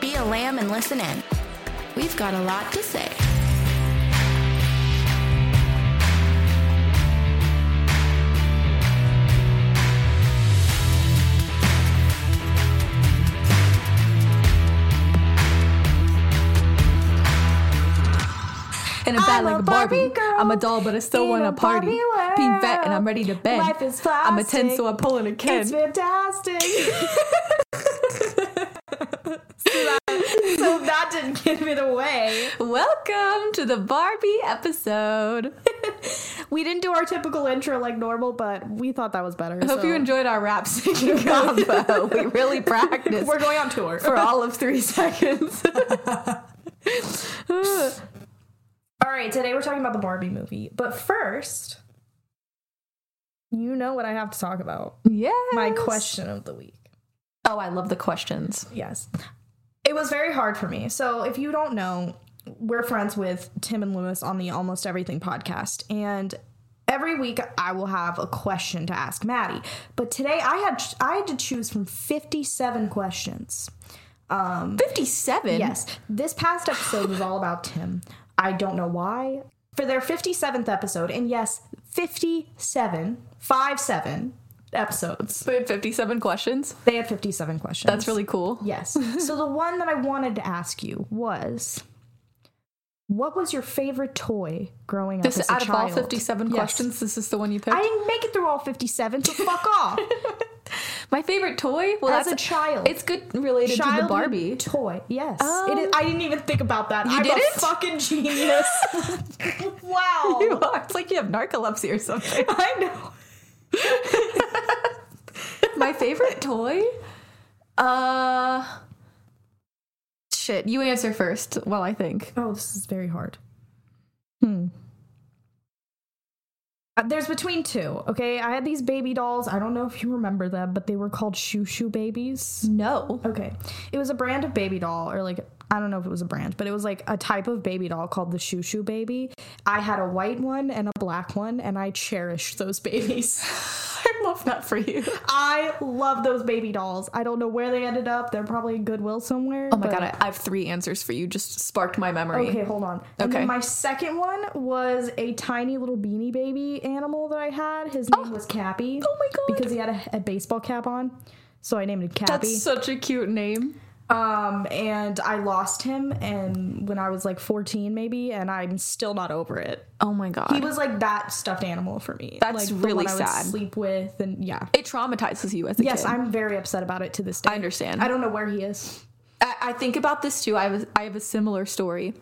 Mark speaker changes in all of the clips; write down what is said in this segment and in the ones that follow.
Speaker 1: be a lamb and listen in. We've got a lot to say.
Speaker 2: in a bed like a Barbie. I'm a doll, but I still want to party. Be vet, and I'm ready to bend.
Speaker 3: Life is
Speaker 2: I'm a ten,
Speaker 3: plastic.
Speaker 2: so I'm pulling a Ken.
Speaker 3: It's fantastic. so that didn't give it away.
Speaker 2: Welcome to the Barbie episode.
Speaker 3: We didn't do our typical intro like normal, but we thought that was better.
Speaker 2: I hope you enjoyed our rap singing combo. We really practiced
Speaker 3: We're going on tour.
Speaker 2: for all of three seconds.
Speaker 3: All right, today we're talking about the Barbie movie. But first, you know what I have to talk about.
Speaker 2: yeah.
Speaker 3: My question of the week.
Speaker 2: Oh, I love the questions.
Speaker 3: Yes. It was very hard for me. So, if you don't know, we're friends with Tim and Lewis on the Almost Everything podcast. And every week I will have a question to ask Maddie. But today I had I had to choose from 57 questions.
Speaker 2: Fifty-seven.
Speaker 3: Yes. This past episode was all about Tim. I don't know why. For their 57th episode, and yes, 57, 5 7 episodes,
Speaker 2: We had fifty-seven questions.
Speaker 3: they had 57 questions.
Speaker 2: That's really cool.
Speaker 3: Yes. so the one that I wanted to ask you was what was your favorite toy growing
Speaker 2: This
Speaker 3: up as a
Speaker 2: out of all
Speaker 3: child?
Speaker 2: fifty-seven
Speaker 3: Yes.
Speaker 2: questions, this is the one you picked.
Speaker 3: I didn't make it through all 57, so fuck off.
Speaker 2: My favorite toy. Well,
Speaker 3: As
Speaker 2: that's
Speaker 3: a child.
Speaker 2: It's good related to
Speaker 3: Childhood
Speaker 2: the Barbie.
Speaker 3: toy. Yes.
Speaker 2: Oh.
Speaker 3: It is, I didn't even think about that. I'm
Speaker 2: didn't?
Speaker 3: a fucking genius. wow.
Speaker 2: You are. It's like you have narcolepsy or something.
Speaker 3: I know.
Speaker 2: My favorite toy? Uh shit, you answer first while I think.
Speaker 3: Oh, this is very hard. Hmm. Uh, There's between two, okay? I had these baby dolls. I don't know if you remember them, but they were called Shoo Shoo Babies.
Speaker 2: No.
Speaker 3: Okay. It was a brand of baby doll, or like, I don't know if it was a brand, but it was like a type of baby doll called the Shoo Shoo Baby. I had a white one and a black one, and I cherished those babies.
Speaker 2: I love that for you.
Speaker 3: I love those baby dolls. I don't know where they ended up. They're probably in Goodwill somewhere.
Speaker 2: Oh my god, I, I have three answers for you. Just sparked my memory.
Speaker 3: Okay, hold on. And
Speaker 2: Okay.
Speaker 3: then my second one was a tiny little beanie baby animal that I had. His name was Cappy.
Speaker 2: Oh my God.
Speaker 3: Because he had a, a baseball cap on. So I named him Cappy.
Speaker 2: That's such a cute name.
Speaker 3: Um, and I lost him, and when I was like 14, maybe, and I'm still not over it.
Speaker 2: Oh my god.
Speaker 3: He was like that stuffed animal for me.
Speaker 2: That's
Speaker 3: like, the
Speaker 2: really
Speaker 3: one I would
Speaker 2: sad.
Speaker 3: Sleep with, and yeah.
Speaker 2: it traumatizes you as a
Speaker 3: Yes,
Speaker 2: kid.
Speaker 3: I'm very upset about it to this day.
Speaker 2: I understand.
Speaker 3: I don't know where he is.
Speaker 2: I, I think about this too. I have a, I have a similar story.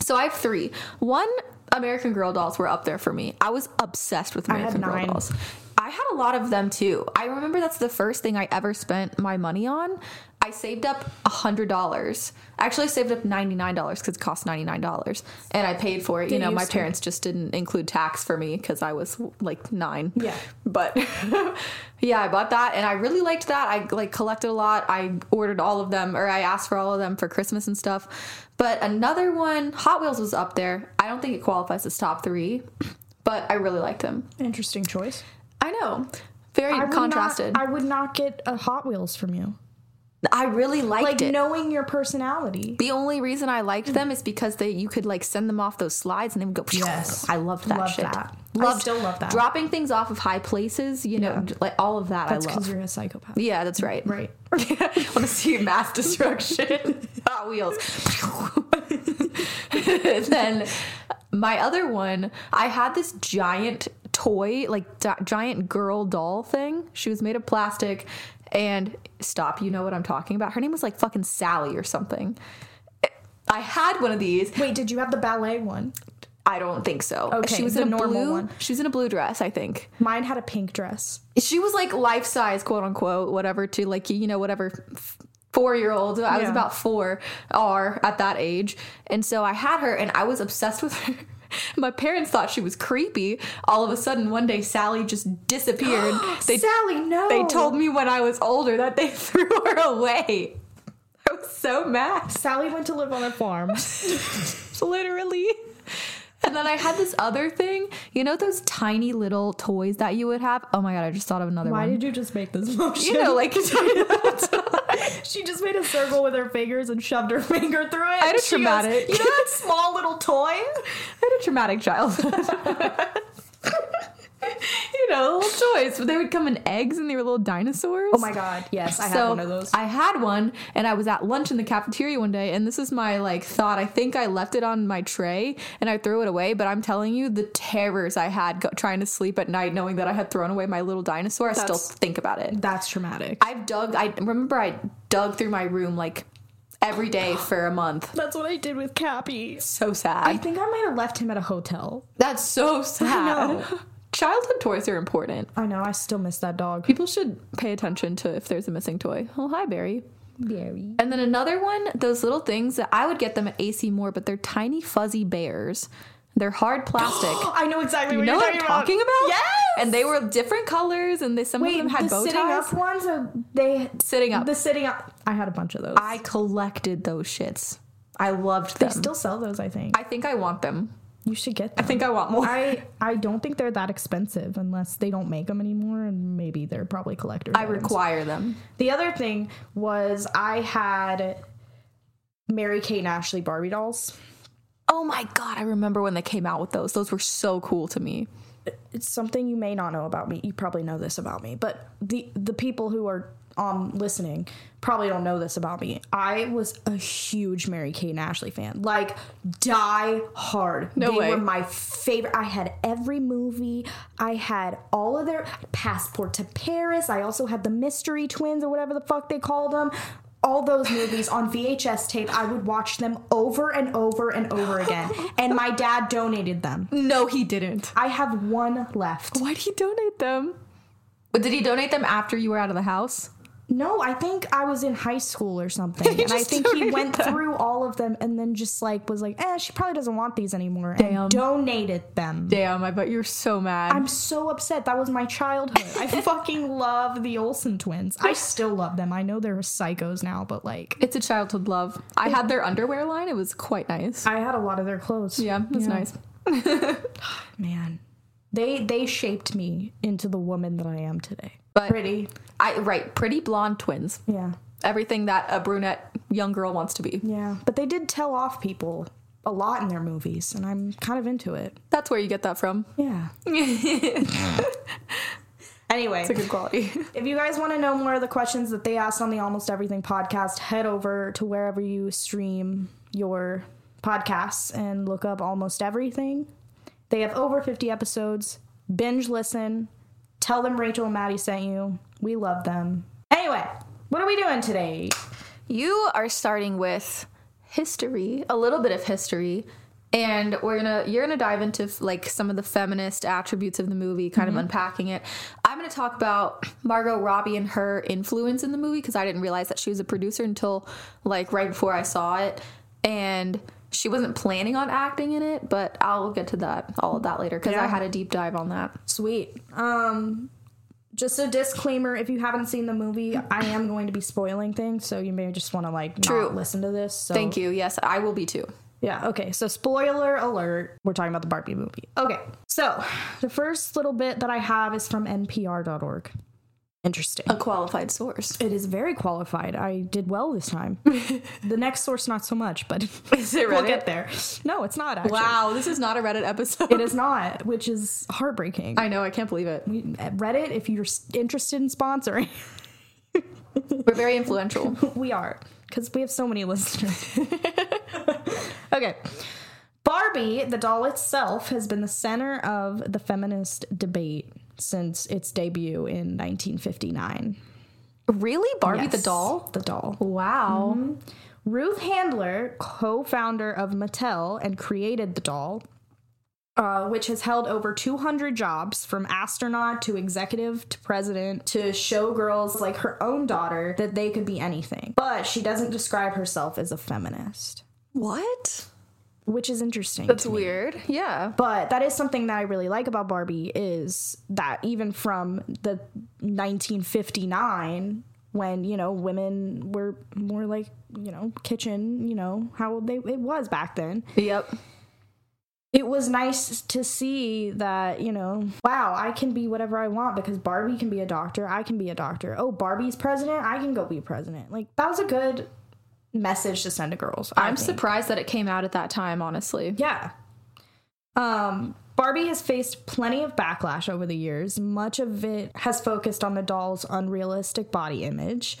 Speaker 2: So I have three. One American Girl dolls were up there for me. I was obsessed with
Speaker 3: had
Speaker 2: American Girl
Speaker 3: nine.
Speaker 2: dolls. I had a lot of them too. I remember that's the first thing I ever spent my money on. I saved up hundred dollars. Actually, I saved up ninety nine dollars because it cost ninety nine dollars, and I paid for it. you
Speaker 3: Did
Speaker 2: know,
Speaker 3: you
Speaker 2: my
Speaker 3: spend-
Speaker 2: parents just didn't include tax for me because I was like nine.
Speaker 3: Yeah.
Speaker 2: But yeah, I bought that and I really liked that. I like collected a lot. I ordered all of them or I asked for all of them for Christmas and stuff. But another one, Hot Wheels was up there. I don't think it qualifies as top three, but I really liked them.
Speaker 3: Interesting choice.
Speaker 2: I know. Very
Speaker 3: I would
Speaker 2: contrasted.
Speaker 3: Not, I would not get a Hot Wheels from you.
Speaker 2: I, really liked
Speaker 3: Like
Speaker 2: it.
Speaker 3: knowing your personality.
Speaker 2: The only reason I liked them is because they you could like send them off those slides and they would go.
Speaker 3: Yes.
Speaker 2: I loved that
Speaker 3: Love
Speaker 2: shit.
Speaker 3: that. I
Speaker 2: Loved,
Speaker 3: still love that.
Speaker 2: Dropping things off of high places, you know, like all of that.
Speaker 3: That's
Speaker 2: I
Speaker 3: because
Speaker 2: love.
Speaker 3: you're a psychopath.
Speaker 2: Yeah, that's right.
Speaker 3: Right.
Speaker 2: I want to see mass destruction. Hot Wheels. then my other one, I had this giant toy, like di- giant girl doll thing. She was made of plastic. And stop, you know what I'm talking about. Her name was like fucking Sally or something. I had one of these.
Speaker 3: Wait, did you have the ballet one?
Speaker 2: I don't think so.
Speaker 3: Okay,
Speaker 2: she was
Speaker 3: the
Speaker 2: in a
Speaker 3: normal
Speaker 2: blue.
Speaker 3: one.
Speaker 2: She was in a blue dress, I think.
Speaker 3: Mine had a pink dress.
Speaker 2: she was like life size, quote unquote, whatever to like you know whatever four year old. I was
Speaker 3: Yeah.
Speaker 2: about four are at that age, and so I had her, and I was obsessed with her. My parents thought she was creepy. All of a sudden, one day, Sally just disappeared. they
Speaker 3: Sally, no.
Speaker 2: they told me when I was older that they threw her away. I was so mad
Speaker 3: Sally went to live on a farm.
Speaker 2: literally. And then I had this other thing, you know, those tiny little toys that you would have. Oh my god, I just thought of another
Speaker 3: Why
Speaker 2: one.
Speaker 3: did you just make this motion?
Speaker 2: you know, like
Speaker 3: she just made made a circle with her fingers and shoved her finger through it. I
Speaker 2: had a traumatic-
Speaker 3: you know that small little toy?
Speaker 2: I had a traumatic childhood. you know, little toys. But they would come in eggs and they were little dinosaurs.
Speaker 3: Oh my god, yes, I
Speaker 2: so
Speaker 3: had one of those.
Speaker 2: I had one, and I was at lunch in the cafeteria one day, and this is my like thought. I think I left it on my tray, and I threw it away. But I'm telling you, the terrors I had go- trying to sleep at night, knowing that I had thrown away my little dinosaur. I still
Speaker 3: That's-
Speaker 2: think about it.
Speaker 3: That's traumatic.
Speaker 2: I've dug. I remember I dug through my room like every day for a month.
Speaker 3: That's what I did with Cappy.
Speaker 2: So sad.
Speaker 3: I think I might have left him at a hotel.
Speaker 2: That's so sad.
Speaker 3: know.
Speaker 2: Childhood toys are important.
Speaker 3: I know, I still miss that dog.
Speaker 2: People should pay attention to if there's a missing toy. Oh, hi, Barry.
Speaker 3: Very.
Speaker 2: And then another one, those little things that I would get them at AC Moore, but they're tiny fuzzy bears. They're hard plastic.
Speaker 3: I know exactly
Speaker 2: you
Speaker 3: what
Speaker 2: know
Speaker 3: you're
Speaker 2: what I'm
Speaker 3: talking about.
Speaker 2: talking about?
Speaker 3: Yes!
Speaker 2: And they were different colors, and they some of
Speaker 3: Wait,
Speaker 2: them had
Speaker 3: the
Speaker 2: bow
Speaker 3: sitting
Speaker 2: ties.
Speaker 3: up ones or they
Speaker 2: Sitting up.
Speaker 3: The sitting up. I had a bunch of those.
Speaker 2: I collected those shits. I loved them.
Speaker 3: they still sell those, I think.
Speaker 2: I think I want them.
Speaker 3: you should get them.
Speaker 2: I think I want more.
Speaker 3: I I don't think they're that expensive unless they don't make them anymore, and maybe they're probably collectors.
Speaker 2: I require them.
Speaker 3: The other thing was I had Mary Kate and Ashley Barbie dolls.
Speaker 2: Oh my god, I remember when they came out with those. Those were so cool to me.
Speaker 3: It's something you may not know about me. You probably know this about me, but the the people who are um listening probably don't know this about me. I was a huge Mary Kate and Ashley fan. Like die hard.
Speaker 2: No
Speaker 3: they
Speaker 2: way.
Speaker 3: were my favorite. I had every movie. I had all of their Passport to Paris. I also had the Mystery Twins or whatever the fuck they called them. All those movies on VHS tape, I would watch them over and over and over again. And my dad donated them.
Speaker 2: No, he didn't.
Speaker 3: I have one left.
Speaker 2: Why did he donate them? But did he donate them after you were out of the house?
Speaker 3: No, I think I was in high school or something. and I
Speaker 2: just
Speaker 3: think he
Speaker 2: donated
Speaker 3: went
Speaker 2: them.
Speaker 3: through all of them and then just like was like, eh, she probably doesn't want these anymore.
Speaker 2: Damn.
Speaker 3: And donated them.
Speaker 2: Damn, I bet you're so mad.
Speaker 3: I'm so upset. That was my childhood. I fucking love the Olsen twins. I still love them. I know they're psychos now, but like
Speaker 2: It's a childhood love. I had their underwear line. It was quite nice.
Speaker 3: I had a lot of their clothes.
Speaker 2: Yeah, it was nice.
Speaker 3: Man. They they shaped me into the woman that I am today.
Speaker 2: But
Speaker 3: Pretty.
Speaker 2: I right, pretty blonde twins.
Speaker 3: Yeah.
Speaker 2: Everything that a brunette young girl wants to be.
Speaker 3: Yeah. But they did tell off people a lot in their movies, and I'm kind of into it.
Speaker 2: That's where you get that from.
Speaker 3: Yeah. anyway,
Speaker 2: Good quality.
Speaker 3: if you guys want to know more of the questions that they asked on the Almost Everything podcast, head over to wherever you stream your podcasts and look up Almost Everything. They have over 50 episodes. Binge listen. Tell them Rachel and Maddie sent you. We love them. Anyway, what are we doing today?
Speaker 2: you are starting with history, a little bit of history, and we're gonna you're gonna dive into like some of the feminist attributes of the movie, kind of unpacking it. I'm gonna talk about Margot Robbie and her influence in the movie because I didn't realize that she was a producer until like right before I saw it, and she wasn't planning on acting in it, but I'll get to that all of that later because I
Speaker 3: Yeah.
Speaker 2: had a deep dive on that.
Speaker 3: Sweet. Um just a disclaimer if you haven't seen the movie, I am going to be spoiling things, so you may just want to like
Speaker 2: True.
Speaker 3: not listen to this. So
Speaker 2: Thank you. Yes, I will be too.
Speaker 3: Yeah, okay. So, spoiler alert, we're talking about the Barbie movie. Okay, so the first little bit that I have is from npr.org. Interesting.
Speaker 2: A qualified source.
Speaker 3: It is very qualified. I did well this time. the next source, not so much, but
Speaker 2: Is it
Speaker 3: we'll get there. No, it's not actually.
Speaker 2: Wow, this is not a Reddit episode.
Speaker 3: It is not, which is heartbreaking.
Speaker 2: I know, I can't believe it.
Speaker 3: Reddit, if you're s- interested in sponsoring,
Speaker 2: We're very influential.
Speaker 3: we are because we have so many listeners. okay. Barbie, the doll itself, has been the center of the feminist debate since its debut in 1959.
Speaker 2: really? Barbie the
Speaker 3: Yes,
Speaker 2: doll? Mm-hmm.
Speaker 3: The doll.
Speaker 2: Wow.
Speaker 3: Ruth Handler, co founder of Mattel and created the doll, uh, which has held over 200 jobs from astronaut to executive to president to show girls like her own daughter that they could be anything. But she doesn't describe herself as a feminist,
Speaker 2: What?
Speaker 3: which is interesting.
Speaker 2: It's
Speaker 3: to me.
Speaker 2: weird. Yeah.
Speaker 3: But that is something that I really like about Barbie is that even from the 1959 when you know women were more like you know kitchen you know how they it was back then
Speaker 2: Yep.
Speaker 3: it was nice to see that, you know, wow, I can be whatever I want because Barbie can be a doctor. I can be a doctor. Oh, Barbie's president. I can go be president. Like, that was a good message to send to girls. I
Speaker 2: I'm
Speaker 3: think.
Speaker 2: surprised that it came out at that time, honestly.
Speaker 3: Yeah. Um, Barbie has faced plenty of backlash over the years. Much of it has focused on the doll's unrealistic body image.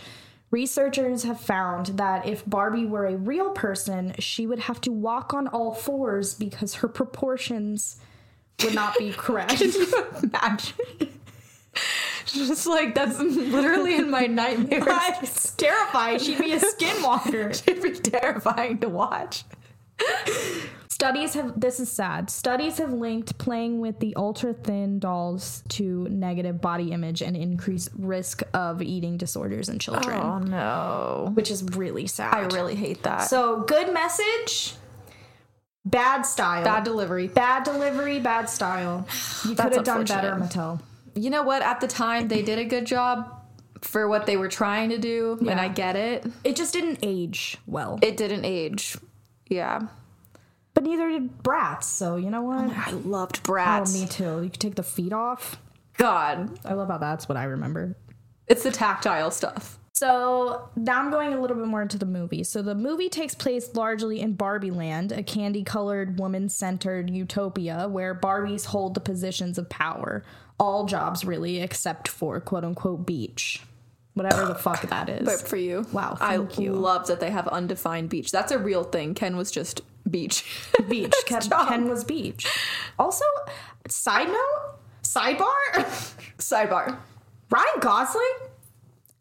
Speaker 3: Researchers have found that if Barbie were a real person, she would have to walk on all fours because her proportions would not be correct.
Speaker 2: Imagine. Just like that's literally in my nightmares.
Speaker 3: It's terrifying. She'd be a skinwalker.
Speaker 2: It'd be terrifying to watch.
Speaker 3: Studies have this is sad. Studies have linked playing with the ultra thin dolls to negative body image and increased risk of eating disorders in children,
Speaker 2: Oh, no.
Speaker 3: which is really sad.
Speaker 2: I really hate that.
Speaker 3: so good message, bad style,
Speaker 2: Bad delivery.
Speaker 3: bad delivery, bad style. You
Speaker 2: That's
Speaker 3: could have done better,
Speaker 2: unfortunate.
Speaker 3: Mattel.
Speaker 2: You know what? At the time, they did a good job for what they were trying to do, and I get it.
Speaker 3: It just didn't age well,
Speaker 2: It didn't age. Yeah.
Speaker 3: but neither did Bratz. So you know what?
Speaker 2: I loved
Speaker 3: Oh,
Speaker 2: brats.
Speaker 3: me too. You could take the feet off.
Speaker 2: God.
Speaker 3: I love how that's what I remember.
Speaker 2: It's the tactile stuff.
Speaker 3: So now I'm going a little bit more into the movie. So the movie takes place largely in Barbie Land, a candy colored, woman centered utopia where Barbies hold the positions of power. All jobs, really, except for quote unquote beach. Whatever the fuck that is.
Speaker 2: But for you.
Speaker 3: Wow, thank
Speaker 2: I
Speaker 3: you.
Speaker 2: love that they have undefined beach. That's a real thing. Ken was just beach.
Speaker 3: beach. Ken, Ken was beach. Also, side note, sidebar,
Speaker 2: Sidebar.
Speaker 3: Ryan Gosling,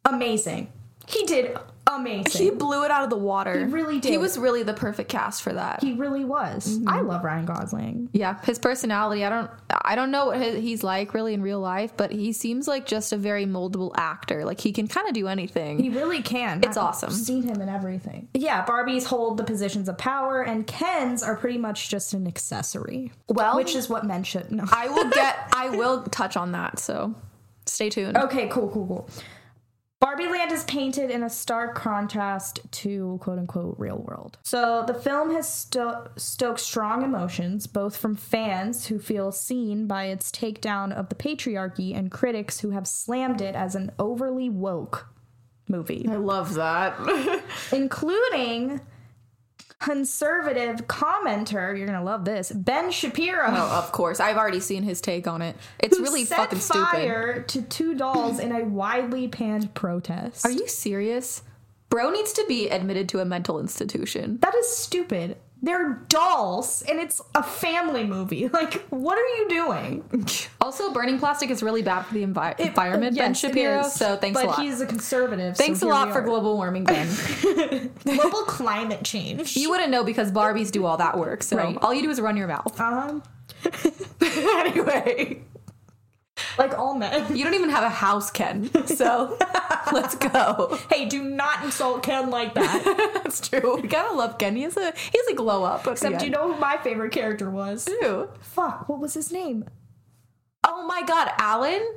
Speaker 3: amazing. He did amazing.
Speaker 2: He blew it out of the water. He
Speaker 3: really
Speaker 2: He
Speaker 3: did.
Speaker 2: was really the perfect cast for that.
Speaker 3: he really was. I love Ryan Gosling.
Speaker 2: yeah, his personality. I don't. I don't know what his, he's like really in real life, but he seems like just a very moldable actor. Like he can kind of do anything.
Speaker 3: He really can.
Speaker 2: It's awesome.
Speaker 3: Seen him in everything. Yeah, Barbies hold the positions of power, and Kens are pretty much just an accessory.
Speaker 2: Well-
Speaker 3: which is what men should know.
Speaker 2: I will get. I will touch on that. So stay tuned.
Speaker 3: okay, cool, cool, cool. Barbie Land is painted in a stark contrast to quote unquote real world. So the film has sto- stoked strong emotions, both from fans who feel seen by its takedown of the patriarchy and critics who have slammed it as an overly woke movie.
Speaker 2: I love that.
Speaker 3: including conservative commenter, you're gonna love this, Ben Shapiro.
Speaker 2: of course, I've already seen his take on it. It's
Speaker 3: who
Speaker 2: really
Speaker 3: set
Speaker 2: fucking stupid.
Speaker 3: fire to two dolls in a widely panned protest.
Speaker 2: Are you serious? Bro needs to be admitted to a mental institution.
Speaker 3: that is stupid. They're dolls, and it's a family movie. Like, what are you doing?
Speaker 2: Also, burning plastic is really bad for the envi- environment, Ben
Speaker 3: Yes, it
Speaker 2: Shapiro.
Speaker 3: is.
Speaker 2: So thanks
Speaker 3: but
Speaker 2: a lot.
Speaker 3: he's a conservative. so
Speaker 2: Thanks a
Speaker 3: here
Speaker 2: lot
Speaker 3: we
Speaker 2: for
Speaker 3: are.
Speaker 2: global warming, Ben.
Speaker 3: global climate change.
Speaker 2: you wouldn't know because Barbies do all that work. So
Speaker 3: Right.
Speaker 2: all you do is run your mouth.
Speaker 3: Uh-huh.
Speaker 2: anyway,
Speaker 3: Like all men.
Speaker 2: you don't even have a house, Ken. So let's go.
Speaker 3: Hey, do not insult Ken like that.
Speaker 2: That's true. We gotta love Ken. He has a he has a glow up.
Speaker 3: Except you know who my favorite character was.
Speaker 2: know.
Speaker 3: Fuck, what was his name?
Speaker 2: Oh my God, Alan.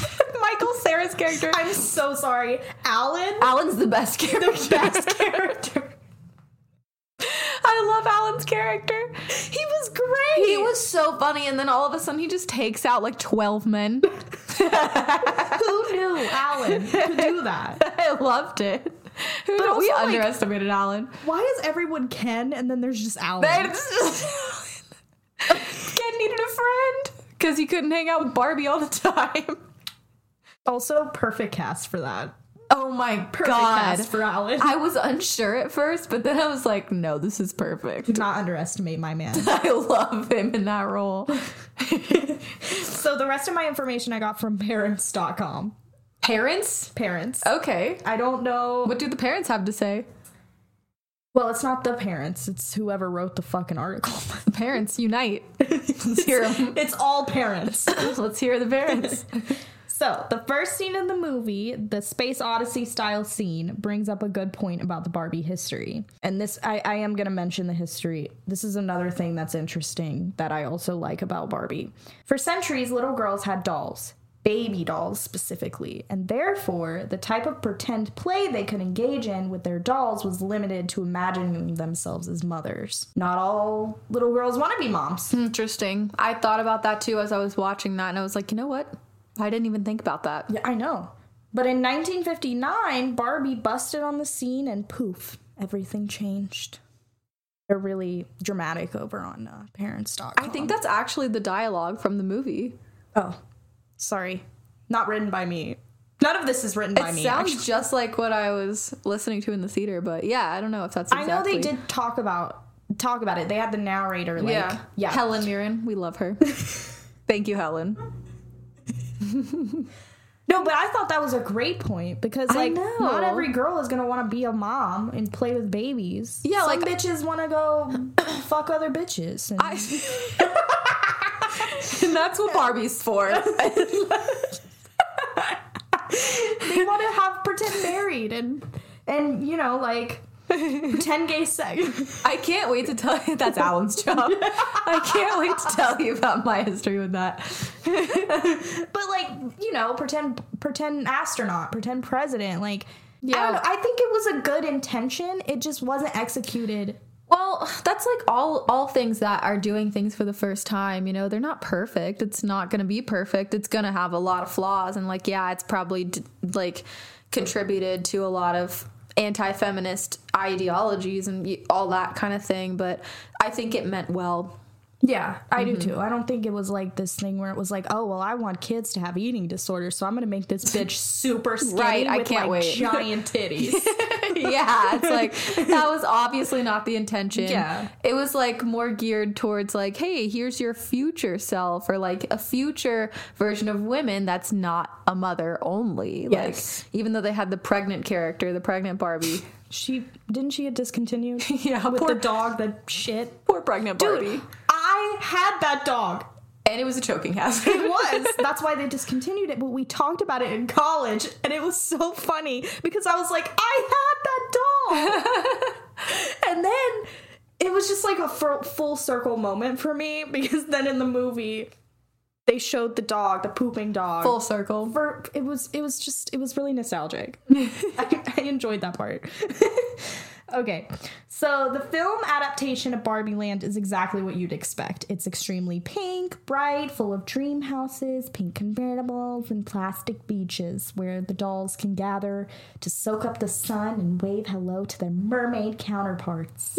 Speaker 2: Michael Sarah's character.
Speaker 3: I'm so sorry. Alan?
Speaker 2: Alan's the best character.
Speaker 3: Best character.
Speaker 2: I love Alan's character.
Speaker 3: He was great.
Speaker 2: He was so funny, and then all of a sudden he just takes out like 12 men.
Speaker 3: who knew Alan could do that?
Speaker 2: I loved it. Who knew- we
Speaker 3: also, like-
Speaker 2: underestimated Alan.
Speaker 3: Why is everyone Ken and then there's just Alan?
Speaker 2: It's just- Ken needed a friend because he couldn't hang out with Barbie all the time.
Speaker 3: also perfect cast for that.
Speaker 2: Oh my
Speaker 3: Perfect
Speaker 2: god.
Speaker 3: cast for Alan.
Speaker 2: I was unsure at first, but then I was like, no, this is perfect.
Speaker 3: Do not underestimate my man.
Speaker 2: I love him in that role.
Speaker 3: so the rest of my information I got from parents.com.
Speaker 2: Parents? Oh.
Speaker 3: Parents.
Speaker 2: Okay.
Speaker 3: I don't know.
Speaker 2: What do the parents have to say?
Speaker 3: Well, it's not the parents. It's whoever wrote the fucking article.
Speaker 2: Parents unite. Let's hear 'em.
Speaker 3: it's all parents.
Speaker 2: Let's hear the parents.
Speaker 3: So, the first scene in the movie, the Space Odyssey style scene, brings up a good point about the Barbie history. And this, I, I am going to mention the history. This is another thing that's interesting that I also like about Barbie. For centuries, little girls had dolls. baby dolls specifically, and therefore the type of pretend play they could engage in with their dolls was limited to imagining themselves as mothers. Not all little girls want to be moms.
Speaker 2: Interesting. I thought about that too as I was watching that, and I was like, you know what? I didn't even think about that.
Speaker 3: Yeah, I know. But in 1959, Barbie busted on the scene and poof, everything changed. They're really dramatic over on uh, parents.com.
Speaker 2: I think that's actually the dialogue from the movie.
Speaker 3: Oh, sorry. Not written by me. None of this is written by
Speaker 2: It
Speaker 3: me.
Speaker 2: sounds
Speaker 3: actually.
Speaker 2: just like what I was listening to in the theater, but yeah, I don't know if that's.
Speaker 3: I
Speaker 2: Exactly.
Speaker 3: know they did talk about talk about it. They had the narrator like
Speaker 2: yeah,
Speaker 3: yeah.
Speaker 2: Helen Mirren, we love her. Thank you, Helen.
Speaker 3: No, but I thought that was a great point because like
Speaker 2: know.
Speaker 3: not every girl is gonna want to be a mom and play with babies.
Speaker 2: Yeah,
Speaker 3: Some
Speaker 2: like-
Speaker 3: bitches want to go fuck other bitches. And,
Speaker 2: and that's what Barbie's for.
Speaker 3: they want to have pretend married and and you know like pretend gay sex.
Speaker 2: I can't wait to tell you that's Alan's job. I can't wait to tell you about my history with that.
Speaker 3: but like you know pretend pretend astronaut, pretend president. Like I
Speaker 2: Yeah.
Speaker 3: don't know. I think it was a good intention. It just wasn't executed.
Speaker 2: Well, that's like all all things that are doing things for the first time, you know, they're not perfect. It's not going to be perfect. It's going to have a lot of flaws and like yeah, it's probably d- like contributed to a lot of anti-feminist ideologies and y- all that kind of thing, but I think it meant well.
Speaker 3: Yeah, I do too. I don't think it was like this thing where it was like, oh well, I want kids to have eating disorders, so I'm gonna make this bitch super skinny
Speaker 2: Right, I
Speaker 3: with
Speaker 2: can't
Speaker 3: like
Speaker 2: wait.
Speaker 3: giant titties.
Speaker 2: yeah, it's like that was obviously not the intention.
Speaker 3: Yeah.
Speaker 2: It was like more geared towards like, hey, here's your future self or like a future version of women that's not a mother only.
Speaker 3: Yes.
Speaker 2: Like even though they had the pregnant character, the pregnant Barbie.
Speaker 3: she didn't she get discontinued?
Speaker 2: Yeah,
Speaker 3: with
Speaker 2: poor-
Speaker 3: the dog that shit.
Speaker 2: Poor pregnant
Speaker 3: Dude, I had that dog.
Speaker 2: And it was a choking hazard.
Speaker 3: It was. That's why they discontinued it. But we talked about it in college, and it was so funny because I was like, I had that doll. and then it was just like a fu- full circle moment for me because then in the movie, they showed the dog, the pooping dog.
Speaker 2: Full circle.
Speaker 3: For, it was. It was just. It was really nostalgic. I, I enjoyed that part. Okay, so the film adaptation of Barbie Land is exactly what you'd expect. It's extremely pink, bright, full of dream houses, pink convertibles, and plastic beaches where the dolls can gather to soak up the sun and wave hello to their mermaid counterparts.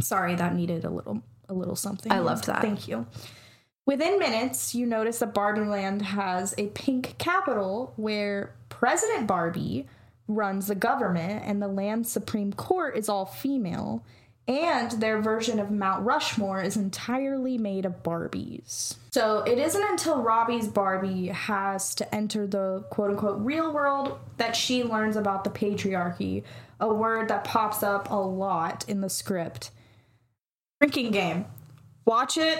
Speaker 3: Sorry, that needed a little a little something.
Speaker 2: I loved that.
Speaker 3: Thank you. Within minutes, you notice that Barbie Land has a pink capital where President Barbie runs the government and the land's Supreme Court is all female, and their version of Mount Rushmore is entirely made of Barbies. So it isn't until Robbie's Barbie has to enter the quote unquote real world that she learns about the patriarchy, a word that pops up a lot in the script. Drinking game. Watch it,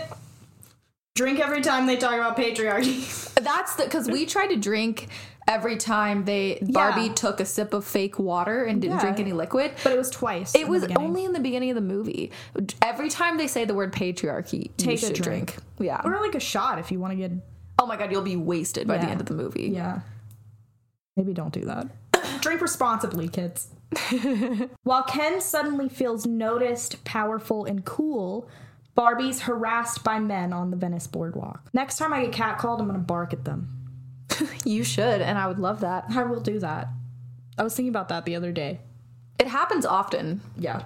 Speaker 3: drink every time they talk about patriarchy.
Speaker 2: That's the because we tried to drink every time they Barbie took a sip of fake water and didn't
Speaker 3: Yeah.
Speaker 2: drink any liquid.
Speaker 3: but it was twice. in
Speaker 2: It
Speaker 3: the
Speaker 2: was
Speaker 3: beginning.
Speaker 2: only in the beginning of the movie. Every time they say the word patriarchy,
Speaker 3: Take
Speaker 2: you
Speaker 3: a
Speaker 2: should drink.
Speaker 3: drink.
Speaker 2: Yeah.
Speaker 3: or like a shot if you want to get
Speaker 2: oh my god, you'll be wasted by the
Speaker 3: Yeah.
Speaker 2: end of the movie.
Speaker 3: yeah. Maybe don't do that. drink responsibly, kids. While Ken suddenly feels noticed, powerful, and cool, Barbie's harassed by men on the Venice boardwalk. Next time I get catcalled, I'm gonna bark at them.
Speaker 2: You should, and I would love that.
Speaker 3: I will do that. I was thinking about that the other day.
Speaker 2: It happens often.
Speaker 3: Yeah.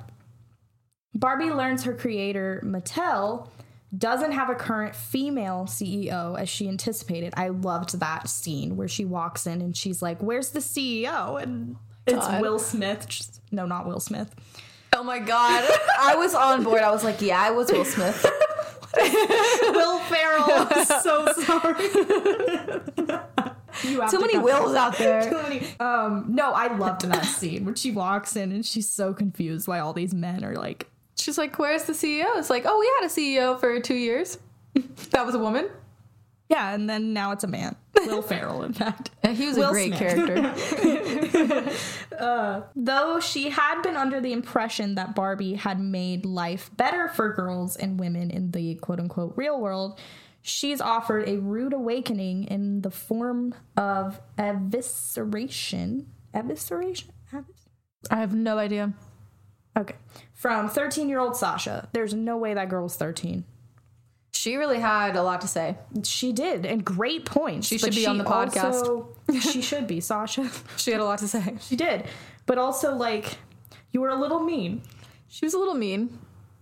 Speaker 3: Barbie learns her creator, Mattel, doesn't have a current female CEO as she anticipated. I loved that scene where she walks in and she's like, Where's the CEO? And it's
Speaker 2: God.
Speaker 3: Will Smith. She's- no, not Will Smith.
Speaker 2: Oh my god. I was on board. I was like, yeah, I was Will Smith.
Speaker 3: Will Ferrell. I'm so sorry. you have
Speaker 2: Too
Speaker 3: to
Speaker 2: many
Speaker 3: cut-
Speaker 2: Wills out there.
Speaker 3: Too many- Um, no, I loved that scene when she walks in and she's so confused why all these men are like
Speaker 2: She's like, where's the CEO? It's like, oh, we had a CEO for two years. That was a woman.
Speaker 3: Yeah, and then now it's a man. Will Ferrell, in fact.
Speaker 2: And he was
Speaker 3: Will
Speaker 2: a great
Speaker 3: Smith.
Speaker 2: character.
Speaker 3: Though she had been under the impression that Barbie had made life better for girls and women in the quote unquote real world, she's offered a rude awakening in the form of evisceration. Evisceration? Evis-
Speaker 2: I have no idea.
Speaker 3: Okay. From 13 year old Sasha. There's no way that girl's 13.
Speaker 2: She really had a lot to say.
Speaker 3: She did, and great points.
Speaker 2: She
Speaker 3: but
Speaker 2: should be on the podcast.
Speaker 3: also- she should be, Sasha.
Speaker 2: She had a lot to say.
Speaker 3: She did. But also, like, you were a little mean.
Speaker 2: She was a little mean,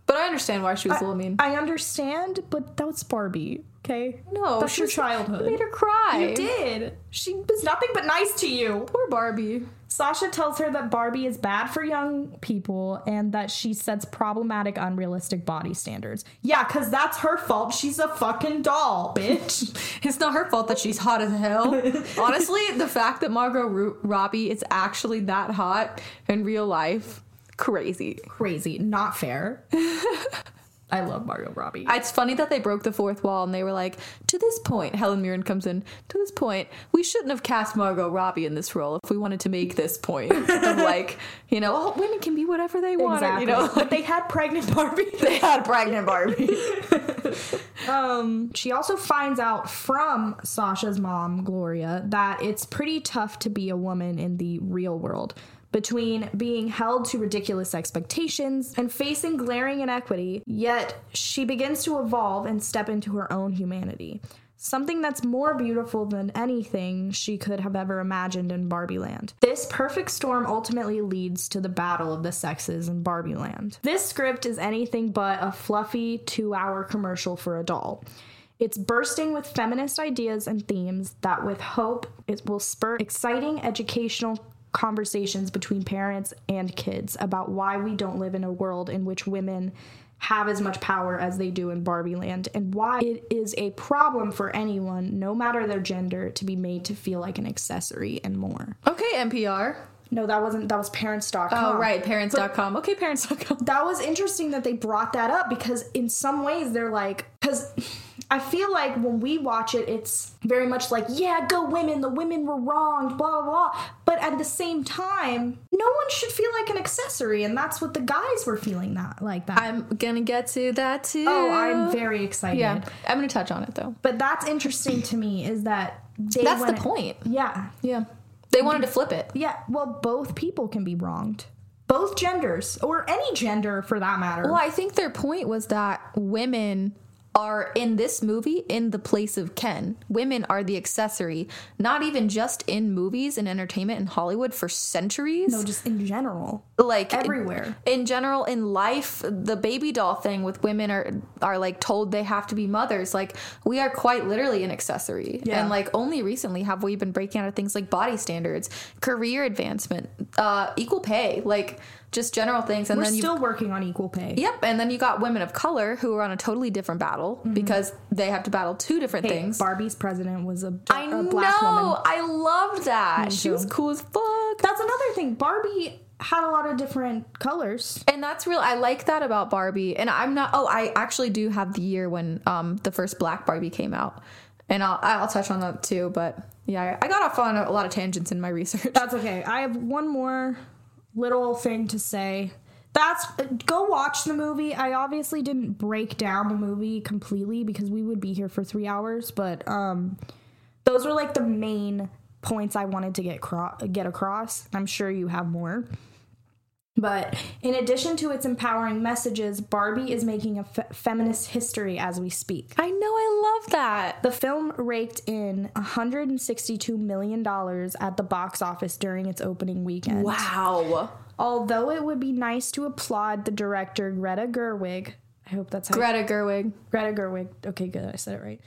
Speaker 2: but I understand why she was a little mean.
Speaker 3: I understand, but that was Barbie, okay?
Speaker 2: no,
Speaker 3: That's
Speaker 2: she
Speaker 3: your
Speaker 2: was-
Speaker 3: childhood.
Speaker 2: You made her cry.
Speaker 3: You did. She was nothing but nice to you.
Speaker 2: Poor Barbie.
Speaker 3: Sasha tells her that Barbie is bad for young people and that she sets problematic, unrealistic body standards. Yeah, because that's her fault. She's a fucking doll, bitch.
Speaker 2: It's not her fault that she's hot as hell. Honestly, the fact that Margot Ru- Robbie is actually that hot in real life, crazy.
Speaker 3: Crazy. Not fair. I love Mario Robbie.
Speaker 2: It's funny that they broke the fourth wall and they were like, to this point, Helen Mirren comes in, to this point, we shouldn't have cast Margot Robbie in this role if we wanted to make this point of like, you know, oh, women can be whatever they want, or,
Speaker 3: exactly.
Speaker 2: you know.
Speaker 3: but they had pregnant Barbie.
Speaker 2: They had pregnant Barbie.
Speaker 3: She also finds out from Sasha's mom, Gloria, that it's pretty tough to be a woman in the real world. Between being held to ridiculous expectations and facing glaring inequity, yet she begins to evolve and step into her own humanity. Something that's more beautiful than anything she could have ever imagined in Barbie Land. This perfect storm ultimately leads to the battle of the sexes in Barbie Land. This script is anything but a fluffy two hour commercial for a doll. It's bursting with feminist ideas and themes that, with hope, it will spur exciting educational conversations between parents and kids about why we don't live in a world in which women have as much power as they do in Barbie Land and why it is a problem for anyone, no matter their gender, to be made to feel like an accessory and more.
Speaker 2: okay, NPR.
Speaker 3: No, that wasn't, that was parents.com.
Speaker 2: Oh, right, parents.com. Okay, parents.com.
Speaker 3: that was interesting that they brought that up because in some ways they're like because i feel like when we watch it it's very much like yeah go women the women were wronged blah blah blah but at the same time no one should feel like an accessory and that's what the guys were feeling that like that
Speaker 2: I'm gonna get to that too.
Speaker 3: oh i'm very excited
Speaker 2: Yeah, I'm gonna touch on it though.
Speaker 3: but that's interesting to me is that they
Speaker 2: That's the
Speaker 3: went-
Speaker 2: point.
Speaker 3: yeah
Speaker 2: Yeah. They wanted to flip it.
Speaker 3: yeah well both people can be wronged both genders or any gender for that matter
Speaker 2: Well, I think their point was that women are in this movie in the place of Ken. Women are the accessory, not even just in movies and entertainment in Hollywood for centuries.
Speaker 3: no just in general
Speaker 2: like
Speaker 3: everywhere.
Speaker 2: In, in general in life, the baby doll thing with women are are like told they have to be mothers. Like we are quite literally an accessory.
Speaker 3: Yeah.
Speaker 2: And like only recently have we been breaking out of things like body standards, career advancement, uh equal pay, like just general things and
Speaker 3: we're
Speaker 2: then you
Speaker 3: still working on equal pay
Speaker 2: Yep, and then you got women of color who are on a totally different battle because they have to battle two different things.
Speaker 3: Barbie's president was a,
Speaker 2: I
Speaker 3: a
Speaker 2: know.
Speaker 3: black woman.
Speaker 2: I loved that. She
Speaker 3: too.
Speaker 2: was cool as fuck.
Speaker 3: That's another thing. Barbie had a lot of different colors.
Speaker 2: and that's real. I like that about Barbie. And I'm not. Oh, I actually do have the year when um the first Black Barbie came out, and I'll I'll touch on that too. But yeah, I I got off on a lot of tangents in my research.
Speaker 3: That's okay. I have one more little thing to say. That's go watch the movie. I obviously didn't break down the movie completely because we would be here for 3 hours, but um those were like the main points I wanted to get cro- get across. I'm sure you have more. But in addition to its empowering messages, Barbie is making a fe- feminist history as we speak.
Speaker 2: I know. I love that.
Speaker 3: The film raked in $162 million at the box office during its opening weekend.
Speaker 2: Wow.
Speaker 3: Although it would be nice to applaud the director Greta Gerwig, I hope that's how
Speaker 2: Greta Gerwig.
Speaker 3: Greta Gerwig. Okay, good. I said it right.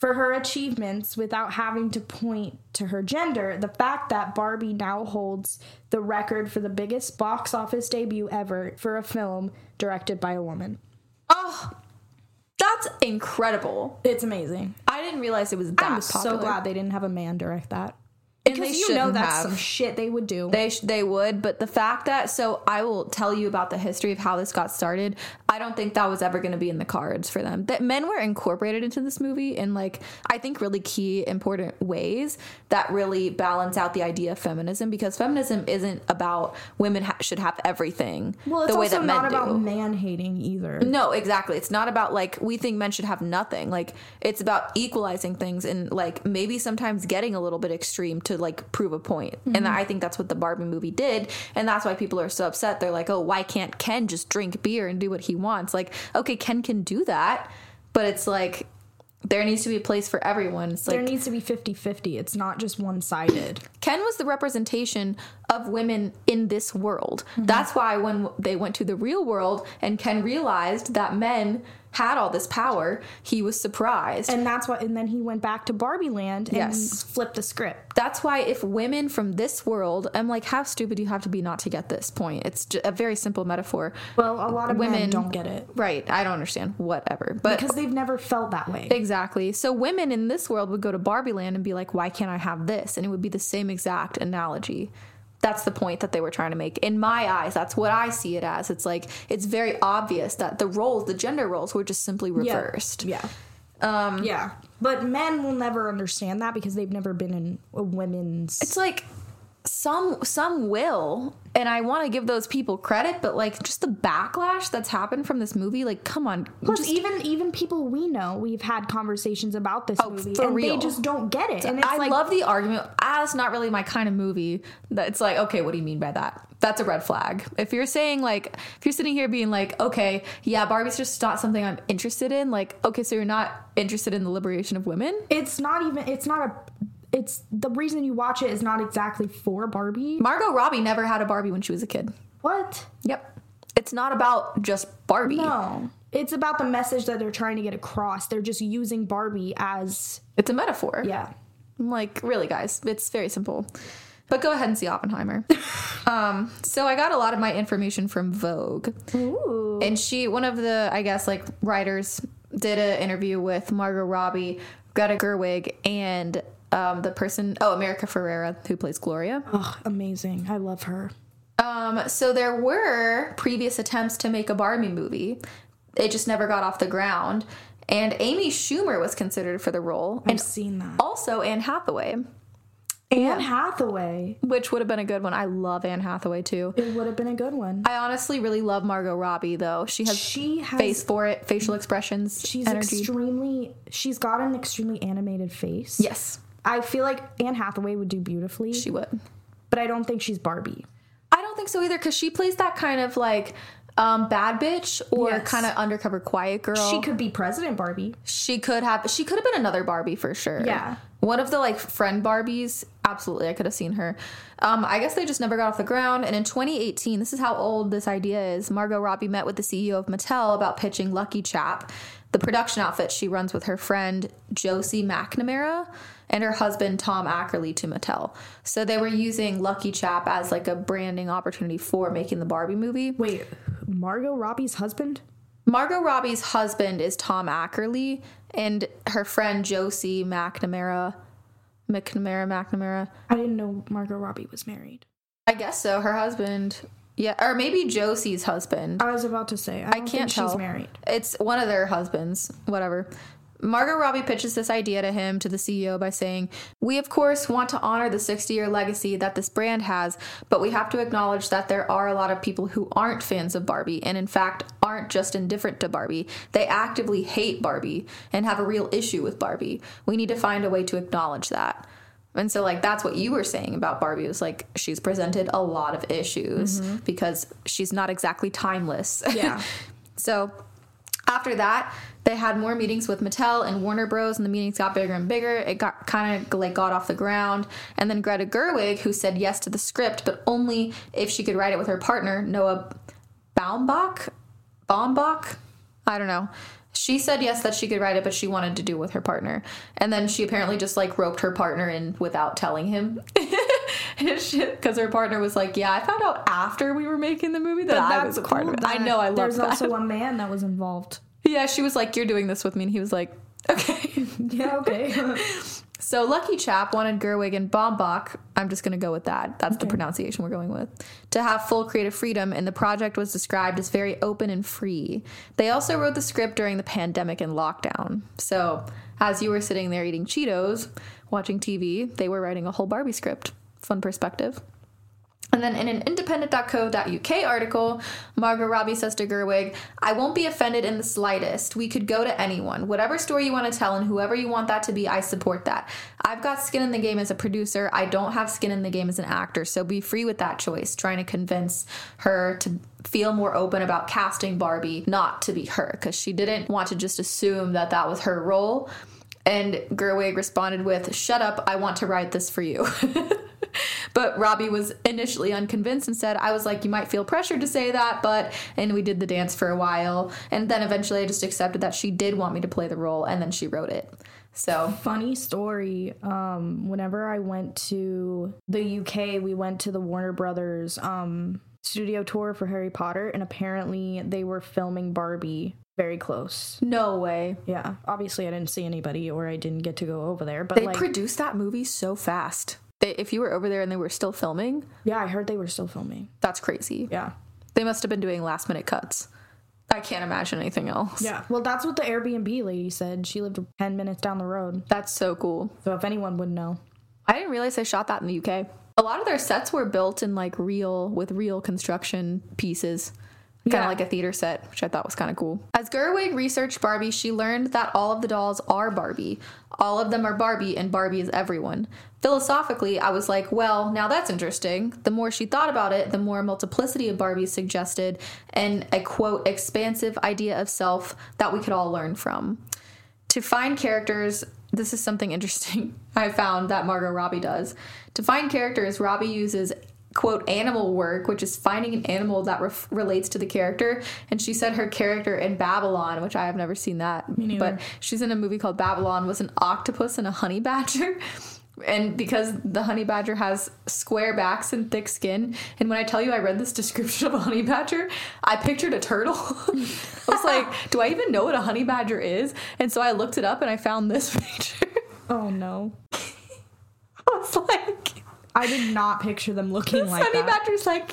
Speaker 3: For her achievements without having to point to her gender, the fact that Barbie now holds the record for the biggest box office debut ever for a film directed by a woman.
Speaker 2: Oh, that's incredible.
Speaker 3: It's amazing.
Speaker 2: I didn't realize it was that popular.
Speaker 3: I'm so glad they didn't have a man direct that.
Speaker 2: In
Speaker 3: Because
Speaker 2: they
Speaker 3: because you know
Speaker 2: shouldn't
Speaker 3: that's
Speaker 2: have.
Speaker 3: some shit they would do.
Speaker 2: They sh- they would, but the fact that so I will tell you about the history of how this got started. I don't think that was ever going to be in the cards for them. That men were incorporated into this movie in like I think really key important ways that really balance out the idea of feminism because feminism isn't about women ha- should have everything
Speaker 3: well, it's
Speaker 2: the way
Speaker 3: also
Speaker 2: that men
Speaker 3: not about
Speaker 2: do.
Speaker 3: man hating either.
Speaker 2: No, exactly. It's not about like we think men should have nothing. Like it's about equalizing things and like maybe sometimes getting a little bit extreme to like prove a point. And I think that's what the Barbie movie did, and that's why people are so upset. They're like, "Oh, why can't Ken just drink beer and do what he wants?" Like, okay, Ken can do that, but it's like there needs to be a place for everyone. It's like
Speaker 3: there needs to be 50-50. It's not just one sided.
Speaker 2: Ken was the representation of women in this world.
Speaker 3: Mm-hmm.
Speaker 2: That's why when they went to the real world and Ken realized that men had all this power, he was surprised.
Speaker 3: and that's what. And then he went back to Barbie Land and
Speaker 2: Yes.
Speaker 3: flipped the script.
Speaker 2: That's why if women from this world, I'm like, how stupid do you have to be not to get this point? It's ju- a very simple metaphor.
Speaker 3: Well, a lot of
Speaker 2: Women-
Speaker 3: men don't get it
Speaker 2: Right, I don't understand. Whatever, but
Speaker 3: because they've never felt that way.
Speaker 2: Exactly. So women in this world would go to Barbie Land and be like, why can't I have this? And it would be the same exact analogy. That's the point that they were trying to make. In my eyes, that's what I see it as. It's like, it's very obvious that the roles, the gender roles, were just simply
Speaker 3: Yeah.
Speaker 2: reversed.
Speaker 3: Yeah. Um, yeah. But men will never understand that because they've never been in a women's.
Speaker 2: It's like, some some will and i want to give those people credit but like just the backlash that's happened from this movie like come on
Speaker 3: Plus,
Speaker 2: just-
Speaker 3: even even people we know, we've had conversations about this movie,
Speaker 2: Oh, for
Speaker 3: and
Speaker 2: real.
Speaker 3: they just don't get it. And it's
Speaker 2: I
Speaker 3: like,
Speaker 2: love the argument. Ah, it's not really my kind of movie. That it's like, okay, what do you mean by that? That's a red flag. If you're saying like, if you're sitting here being like, okay, yeah, Barbie's just not something I'm interested in. Like, okay, so you're not interested in the liberation of women.
Speaker 3: it's not even. It's not a. It's the reason you watch it is not exactly for Barbie.
Speaker 2: Margot Robbie never had a Barbie when she was a kid.
Speaker 3: What?
Speaker 2: Yep, it's not about just Barbie.
Speaker 3: No, it's about the message that they're trying to get across. They're just using Barbie as
Speaker 2: It's a metaphor.
Speaker 3: yeah.
Speaker 2: I'm like, really, guys, it's very simple. But go ahead and see Oppenheimer. um, so I got a lot of my information from Vogue. And she, one of the, I guess, like writers, did an interview with Margot Robbie, Greta Gerwig, and um, the person, oh, America Ferrera, who plays Gloria.
Speaker 3: Ugh, amazing. I love her.
Speaker 2: Um, so there were previous attempts to make a Barbie movie. It just never got off the ground. And Amy Schumer was considered for the role,
Speaker 3: I've
Speaker 2: and oh,
Speaker 3: seen that.
Speaker 2: also Anne Hathaway,
Speaker 3: Anne Hathaway.
Speaker 2: which would have been a good one. I love Anne Hathaway too.
Speaker 3: It would have been a good one.
Speaker 2: I honestly really love Margot Robbie though. She has
Speaker 3: She has
Speaker 2: face for it, facial expressions,
Speaker 3: She's
Speaker 2: energy.
Speaker 3: extremely. She's got an extremely animated face.
Speaker 2: yes,
Speaker 3: I feel like Anne Hathaway would do beautifully,
Speaker 2: she would.
Speaker 3: but I don't think she's Barbie.
Speaker 2: I don't think so either because she plays that kind of like um, bad bitch or
Speaker 3: Yes.
Speaker 2: kind of undercover quiet girl.
Speaker 3: She could be President Barbie.
Speaker 2: She could have. She could have been another Barbie for sure.
Speaker 3: Yeah.
Speaker 2: One of the like friend Barbies. Absolutely, I could have seen her. Um, I guess they just never got off the ground. And in 2018, this is how old this idea is. Margot Robbie met with the CEO of Mattel about pitching Lucky Chap, the production outfit she runs with her friend Josie McNamara and her husband Tom Ackerley to Mattel. So they were using Lucky Chap as like a branding opportunity for making the Barbie movie.
Speaker 3: Wait, Margot Robbie's husband?
Speaker 2: Margot Robbie's husband is Tom Ackerley, and her friend Josie McNamara, McNamara, McNamara.
Speaker 3: I didn't know Margot Robbie was married.
Speaker 2: I guess so. Her husband, yeah, or maybe Josie's husband.
Speaker 3: I was about to say I, don't
Speaker 2: can't
Speaker 3: think she's
Speaker 2: tell.
Speaker 3: married.
Speaker 2: It's one of their husbands, whatever. Margot Robbie pitches this idea to him, to the CEO, by saying, We, of course, want to honor the 60 year legacy that this brand has, but we have to acknowledge that there are a lot of people who aren't fans of Barbie and, in fact, aren't just indifferent to Barbie. They actively hate Barbie and have a real issue with Barbie. We need to find a way to acknowledge that. And so, like, that's what you were saying about Barbie was like, she's presented a lot of issues because she's not exactly timeless.
Speaker 3: Mm-hmm. Yeah.
Speaker 2: So after that, they had more meetings with Mattel and Warner Bros, and the meetings got bigger and bigger. It got kind of like got off the ground. And then Greta Gerwig, who said yes to the script, but only if she could write it with her partner Noah Baumbach. Baumbach, I don't know. She said yes that she could write it, but she wanted to do it with her partner. And then she apparently just like roped her partner in without telling him. Because her partner was like, "Yeah, I found out after we were making the movie that I was a part of it."
Speaker 3: cool
Speaker 2: I
Speaker 3: that
Speaker 2: know, I love
Speaker 3: There's
Speaker 2: that.
Speaker 3: also a man that was involved.
Speaker 2: Yeah, she was like, You're doing this with me. And he was like, Okay.
Speaker 3: Yeah, okay.
Speaker 2: So Lucky Chap wanted Gerwig and Bombach, I'm just going to go with that. That's the pronunciation we're going with, to have full creative freedom, and the project was described as very open and free. They also wrote the script during the pandemic and lockdown. So as you were sitting there eating Cheetos, watching TV, they were writing a whole Barbie script. Fun perspective. And then in an independent.co.uk article, Margot Robbie says to Gerwig, I won't be offended in the slightest. We could go to anyone. Whatever story you want to tell and whoever you want that to be, I support that. I've got skin in the game as a producer. I don't have skin in the game as an actor. So be free with that choice, trying to convince her to feel more open about casting Barbie not to be her because she didn't want to just assume that that was her role. And Gerwig responded with, Shut up, I want to write this for you. But Robbie was initially unconvinced and said, I was like, you might feel pressured to say that, but. And we did the dance for a while. And then eventually I just accepted that she did want me to play the role, and then she wrote it. So,
Speaker 3: Funny story. Um, whenever I went to the UK, we went to the Warner Brothers um studio tour for Harry Potter, and apparently they were filming Barbie very close.
Speaker 2: no way.
Speaker 3: Yeah, obviously I didn't see anybody, or I didn't get to go over there. But
Speaker 2: They
Speaker 3: like,
Speaker 2: produced that movie so fast. They, if you were over there and they were still filming,
Speaker 3: yeah, I heard they were still filming.
Speaker 2: that's crazy.
Speaker 3: Yeah,
Speaker 2: They must have been doing last minute cuts. I can't imagine anything else.
Speaker 3: yeah. Well, that's what the Airbnb lady said. She lived ten minutes down the road.
Speaker 2: That's so cool.
Speaker 3: So if anyone would know,
Speaker 2: I didn't realize they shot that in the UK. A lot of their sets were built in like real with real construction pieces. Kind of
Speaker 3: Yeah.
Speaker 2: like a theater set, which I thought was kind of cool. As Gerwig researched Barbie, she learned that all of the dolls are Barbie. All of them are Barbie, and Barbie is everyone. Philosophically, I was like, well, now that's interesting. The more she thought about it, the more multiplicity of Barbies suggested and a quote, expansive idea of self that we could all learn from to find characters this is something interesting i found that margot robbie does to find characters robbie uses quote animal work which is finding an animal that ref relates to the character and she said her character in babylon which i have never seen that but she's in a movie called babylon was an octopus and a honey badger and because the honey badger has square backs and thick skin and when i tell you i read this description of a honey badger i pictured a turtle i was like do i even know what a honey badger is and so i looked it up and i found this picture
Speaker 3: oh no,
Speaker 2: i was like
Speaker 3: I did not picture them looking
Speaker 2: this
Speaker 3: like
Speaker 2: honey
Speaker 3: that.
Speaker 2: badger's like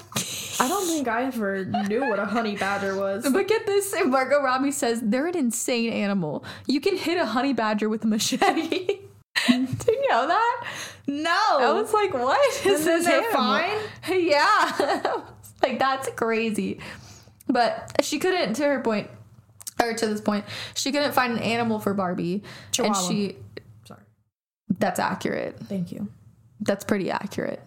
Speaker 3: I don't think I ever knew what a honey badger was.
Speaker 2: but get this and margot robbie says they're an insane animal you can hit a honey badger with a machete do you know that
Speaker 3: No,
Speaker 2: I was like, what is
Speaker 3: then
Speaker 2: this
Speaker 3: they're
Speaker 2: animal? Yeah. I was like, that's crazy. But she couldn't, to her point, or to this point, she couldn't find an animal for Barbie.
Speaker 3: Chihuahua.
Speaker 2: And she,
Speaker 3: sorry.
Speaker 2: that's accurate.
Speaker 3: Thank you.
Speaker 2: That's pretty accurate.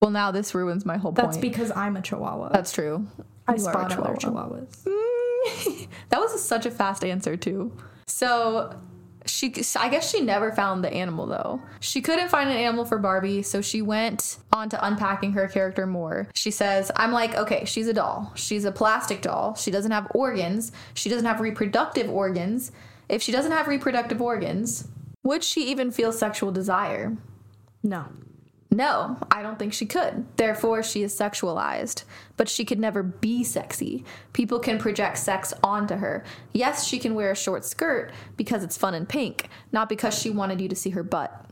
Speaker 2: Well, now this ruins my whole
Speaker 3: That's
Speaker 2: point.
Speaker 3: because I'm a chihuahua.
Speaker 2: that's true.
Speaker 3: I
Speaker 2: You are a
Speaker 3: spot other chihuahuas.
Speaker 2: Mm. that was such a fast answer too. So she I guess she never found the animal though. She couldn't find an animal for Barbie, so she went on to unpacking her character more. She says, "I'm like, okay, she's a doll. She's a plastic doll. She doesn't have organs. She doesn't have reproductive organs. If she doesn't have reproductive organs, would she even feel sexual desire?
Speaker 3: No.
Speaker 2: No, I don't think she could. Therefore, she is sexualized. But she could never be sexy. People can project sex onto her. Yes, she can wear a short skirt because it's fun and pink, not because she wanted you to see her butt.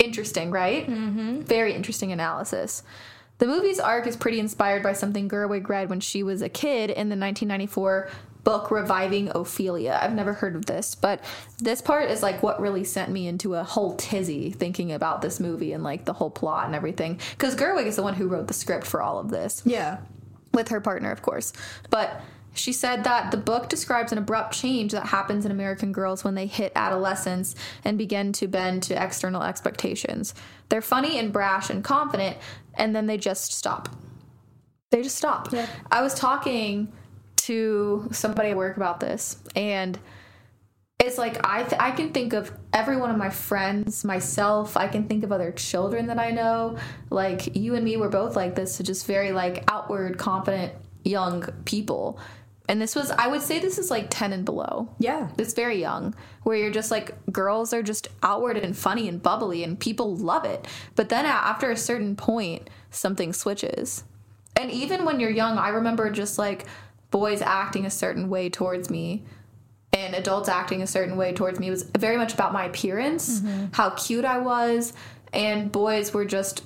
Speaker 2: Interesting, right? Mm-hmm. Very interesting analysis. The movie's arc is pretty inspired by something Gerwig read when she was a kid in the 1994 book Reviving Ophelia. I've never heard of this, but this part is like what really sent me into a whole tizzy thinking about this movie and like the whole plot and everything. Because Gerwig is the one who wrote the script for all of this
Speaker 3: Yeah.
Speaker 2: with her partner, of course. But she said that the book describes an abrupt change that happens in American girls when they hit adolescence and begin to bend to external expectations. They're funny and brash and confident, and then they just stop. They just stop.
Speaker 3: Yeah.
Speaker 2: I was talking to somebody at work about this, and it's like I th- I can think of every one of my friends, myself. I can think of other children that I know. Like you and me were both like this, so just very like outward, confident young people. And this was I would say this is like ten and below.
Speaker 3: Yeah.
Speaker 2: It's very young, where you're just like girls are just outward and funny and bubbly, and people love it. But then a- after a certain point, something switches. And even when you're young, I remember just like boys acting a certain way towards me and adults acting a certain way towards me was very much about my appearance, how cute I was, and boys were just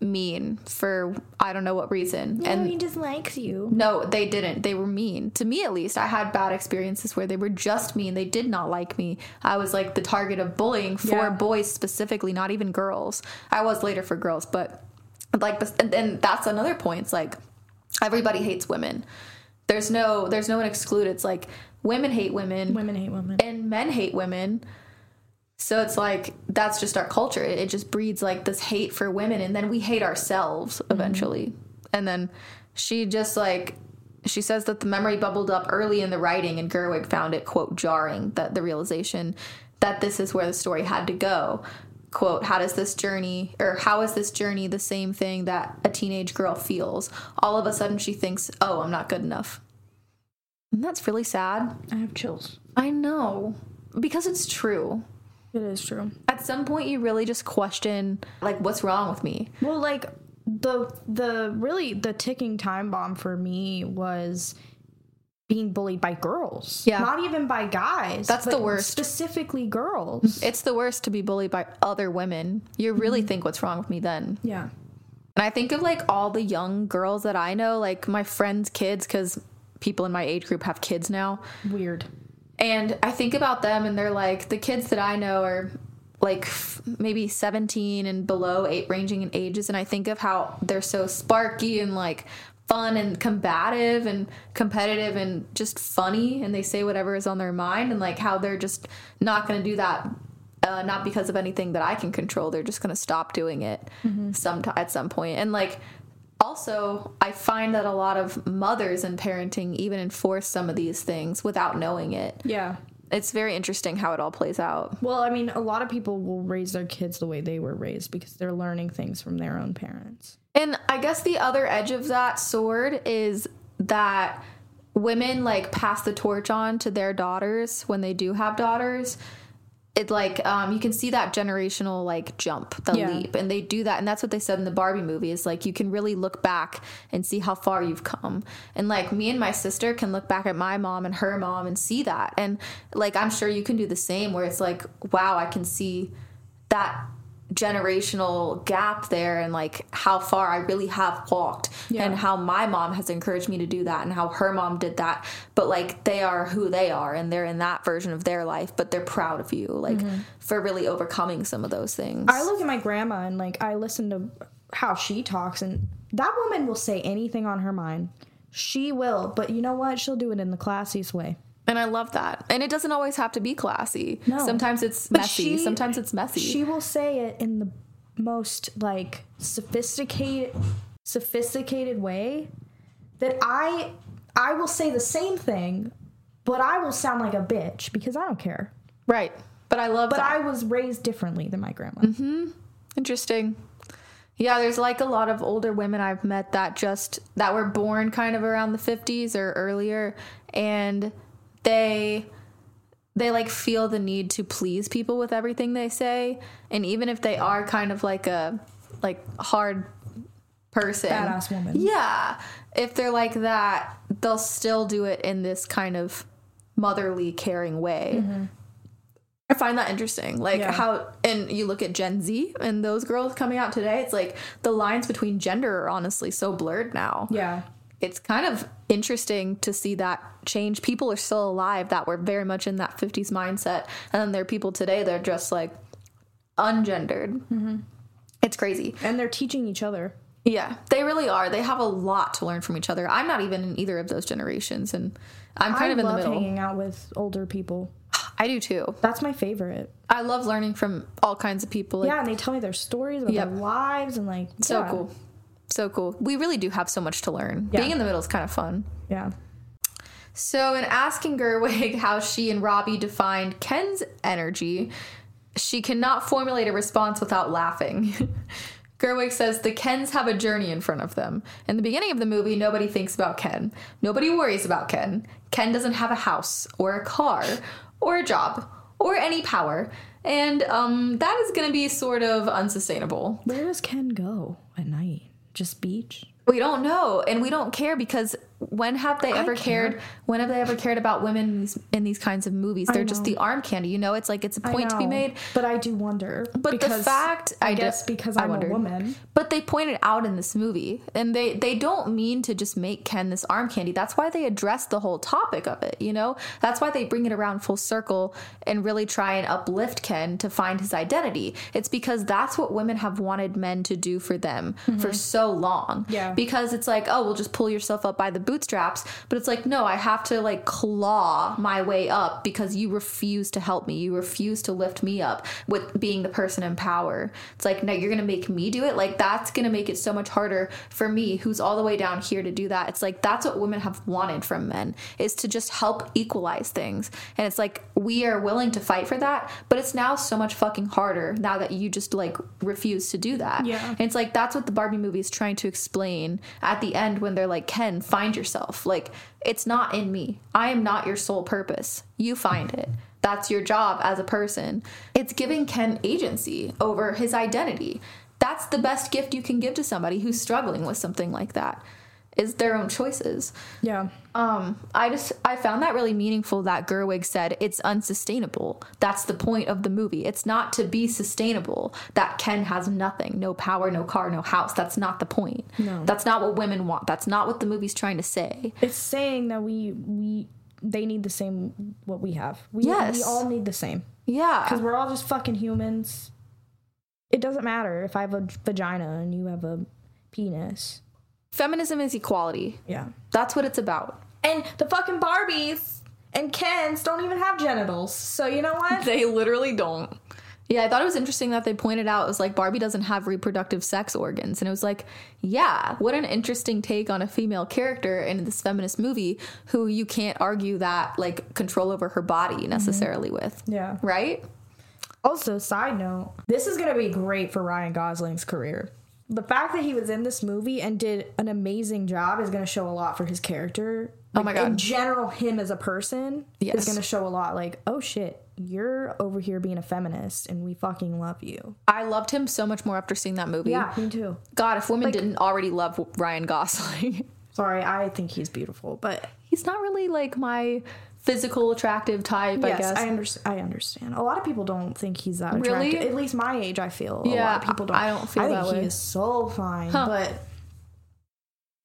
Speaker 2: mean for I don't know what reason. and
Speaker 4: he just likes you.
Speaker 2: no, they didn't. They were mean. To me, at least, I had bad experiences where they were just mean. They did not like me. I was like the target of bullying for
Speaker 3: Yeah.
Speaker 2: boys specifically, not even girls. I was later for girls, but like, this- and, and that's another point. It's like everybody hates women. There's no, there's no one excluded. It's like women hate women
Speaker 3: Women hate women.
Speaker 2: and men hate women. So it's like that's just our culture. It, it just breeds like this hate for women, and then we hate ourselves eventually. And then she just like she says that the memory bubbled up early in the writing, and Gerwig found it quote jarring that the realization that this is where the story had to go. Quote, how does this journey or how is this journey the same thing that a teenage girl feels? All of a sudden she thinks, Oh, I'm not good enough. And that's really sad.
Speaker 3: I have chills.
Speaker 2: I know. Because it's true.
Speaker 3: It is true.
Speaker 2: At some point you really just question like what's wrong with me?
Speaker 3: Well, like the the really the ticking time bomb for me was being bullied by girls.
Speaker 2: Yeah.
Speaker 3: Not even by guys.
Speaker 2: That's the
Speaker 3: but
Speaker 2: worst.
Speaker 3: Specifically girls.
Speaker 2: It's the worst to be bullied by other women. You really think what's wrong with me then.
Speaker 3: yeah.
Speaker 2: And I think of like all the young girls that I know, like my friends' kids cuz people in my age group have kids now.
Speaker 3: Weird.
Speaker 2: And I think about them, and they're like the kids that I know are like f- maybe 17 and below, eight ranging in ages. And I think of how they're so sparky and like fun and combative and competitive and just funny, and they say whatever is on their mind, and like how they're just not going to do that. Uh, not because of anything that I can control. They're just going to stop doing it some at some point. And like also, I find that a lot of mothers in parenting even enforce some of these things without knowing it.
Speaker 3: Yeah.
Speaker 2: It's very interesting how it all plays out.
Speaker 3: Well, I mean, a lot of people will raise their kids the way they were raised because they're learning things from their own parents.
Speaker 2: And I guess the other edge of that sword is that women like pass the torch on to their daughters when they do have daughters. It like um, you can see that generational like jump, the
Speaker 3: Yeah.
Speaker 2: leap, and they do that, and that's what they said in the Barbie movie. Is like you can really look back and see how far you've come, and like me and my sister can look back at my mom and her mom and see that, and like I'm sure you can do the same, where it's like wow, I can see that generational gap there and like how far I really have walked and how my mom has encouraged me to do that and how her mom did that but like they are who they are and they're in that version of their life but they're proud of you like for really overcoming some of those things
Speaker 3: I look at my grandma and like I listen to how she talks, and that woman will say anything on her mind. She will, but you know what? She'll do it in the classiest way.
Speaker 2: and I love that and it doesn't always have to be classy
Speaker 3: No.
Speaker 2: sometimes it's
Speaker 3: But
Speaker 2: messy
Speaker 3: she-
Speaker 2: sometimes it's messy
Speaker 3: She will say it in the most like sophisticated sophisticated way that I I will say the same thing, but I will sound like a bitch because I don't care.
Speaker 2: right but I love
Speaker 3: But
Speaker 2: that
Speaker 3: I was raised differently than my grandma.
Speaker 2: Mm-hmm. Interesting. Yeah, there's like a lot of older women I've met that just that were born kind of around the 50s or earlier and they they like feel the need to please people with everything they say and even if they are kind of like a like hard person
Speaker 3: Badass woman.
Speaker 2: yeah if they're like that they'll still do it in this kind of motherly caring way I find that interesting. Like
Speaker 3: Mm-hmm. Yeah.
Speaker 2: how, and you look at Gen Z and those girls coming out today, it's like the lines between gender are honestly so blurred now.
Speaker 3: Yeah.
Speaker 2: It's kind of interesting to see that change. People are still alive that were very much in that 50s mindset. And then there are people today that are just like ungendered.
Speaker 3: Mm-hmm.
Speaker 2: It's crazy.
Speaker 3: And they're teaching each other.
Speaker 2: Yeah, they really are. They have a lot to learn from each other. I'm not even in either of those generations. And I'm kind
Speaker 3: I
Speaker 2: of in the
Speaker 3: love
Speaker 2: middle.
Speaker 3: hanging out with older people.
Speaker 2: I do too.
Speaker 3: That's my favorite.
Speaker 2: I love learning from all kinds of people. Like,
Speaker 3: yeah, and they tell me their stories about
Speaker 2: Yep.
Speaker 3: their lives and like
Speaker 2: So
Speaker 3: yeah.
Speaker 2: cool. So cool. We really do have so much to learn.
Speaker 3: Yeah.
Speaker 2: Being in the middle is kind of fun.
Speaker 3: Yeah.
Speaker 2: So, in asking Gerwig how she and Robbie defined Ken's energy, she cannot formulate a response without laughing. Gerwig says the Kens have a journey in front of them. In the beginning of the movie, nobody thinks about Ken. Nobody worries about Ken. Ken doesn't have a house or a car or a job or any power. And um, that is going to be sort of unsustainable.
Speaker 3: Where does Ken go at night? Just beach?
Speaker 2: We don't know, and we don't care because when have they ever
Speaker 3: care.
Speaker 2: cared? When have they ever cared about women in these, in these kinds of movies? They're just
Speaker 3: know.
Speaker 2: the arm candy, you know. It's like it's a
Speaker 3: I
Speaker 2: point to be
Speaker 3: know,
Speaker 2: made.
Speaker 3: But I do wonder.
Speaker 2: But the fact,
Speaker 3: I,
Speaker 2: I, d-
Speaker 3: guess because
Speaker 2: I
Speaker 3: I'm a
Speaker 2: wondered.
Speaker 3: woman.
Speaker 2: But they pointed out in this movie, and they they don't mean to just make Ken this arm candy. That's why they address the whole topic of it. You know, that's why they bring it around full circle and really try and uplift Ken to find his identity. It's because that's what women have wanted men to do for them for so long.
Speaker 3: Mm-hmm. Yeah.
Speaker 2: because it's like, oh, well, just pull yourself up by the bootstraps. But it's like, no, I have to like claw my way up because you refuse to help me. You refuse to lift me up with being the person in power. It's like, no, you're going to make me do it. Like, that's going to make it so much harder for me, who's all the way down here to do that. It's like, that's what women have wanted from men is to just help equalize things. And it's like, we are willing to fight for that. But it's now so much fucking harder now that you just like refuse to do that.
Speaker 3: Yeah.
Speaker 2: And it's like that's what the Barbie movie is trying to explain at the end when they're like, Ken, find yourself. Like, it's not in me. I am not your sole purpose. You find it. That's your job as a person. It's giving Ken agency over his identity. That's the best gift you can give to somebody who's struggling with something like that is their own choices.
Speaker 3: Yeah.
Speaker 2: Um, I just I found that really meaningful that Gerwig said it's unsustainable. That's the point of the movie. It's not to be sustainable that Ken has nothing, no power, no car, no house. That's not the point. No. That's not what women want. That's not what the movie's trying to say.
Speaker 3: It's saying that we we they need the same what we have. We we
Speaker 2: Yes.
Speaker 3: all need the same because
Speaker 2: Yeah.
Speaker 3: we're all just fucking humans. It doesn't matter if I have a j- vagina and you have a penis.
Speaker 2: Feminism is equality.
Speaker 3: Yeah.
Speaker 2: That's what it's about.
Speaker 3: And the fucking Barbies and Kens don't even have genitals. So you know what?
Speaker 2: They literally don't. Yeah, I thought it was interesting that they pointed out it was like Barbie doesn't have reproductive sex organs. And it was like, yeah, what an interesting take on a female character in this feminist movie who you can't argue that like control over her body necessarily with.
Speaker 3: Mm-hmm. Yeah.
Speaker 2: Right?
Speaker 3: Also, side note, this is going to be great for Ryan Gosling's career. The fact that he was in this movie and did an amazing job is going to show a lot for his character.
Speaker 2: Oh my God.
Speaker 3: In general, him as a person is
Speaker 2: Yes.
Speaker 3: going to show a lot. Like, oh shit, you're over here being a feminist, and we fucking love you.
Speaker 2: I loved him so much more after seeing that movie.
Speaker 3: Yeah, me too.
Speaker 2: God, if women didn't already love Ryan Gosling,
Speaker 3: Sorry, I think he's beautiful, but
Speaker 2: he's not really like my physical attractive type, I
Speaker 3: yes,
Speaker 2: guess.
Speaker 3: I, underst- I understand. A lot of people don't think he's that
Speaker 2: Really?
Speaker 3: attractive. At least my age, I feel. a
Speaker 2: Yeah,
Speaker 3: lot of people don't.
Speaker 2: I don't feel
Speaker 3: I think
Speaker 2: that
Speaker 3: he
Speaker 2: way.
Speaker 3: is so fine, but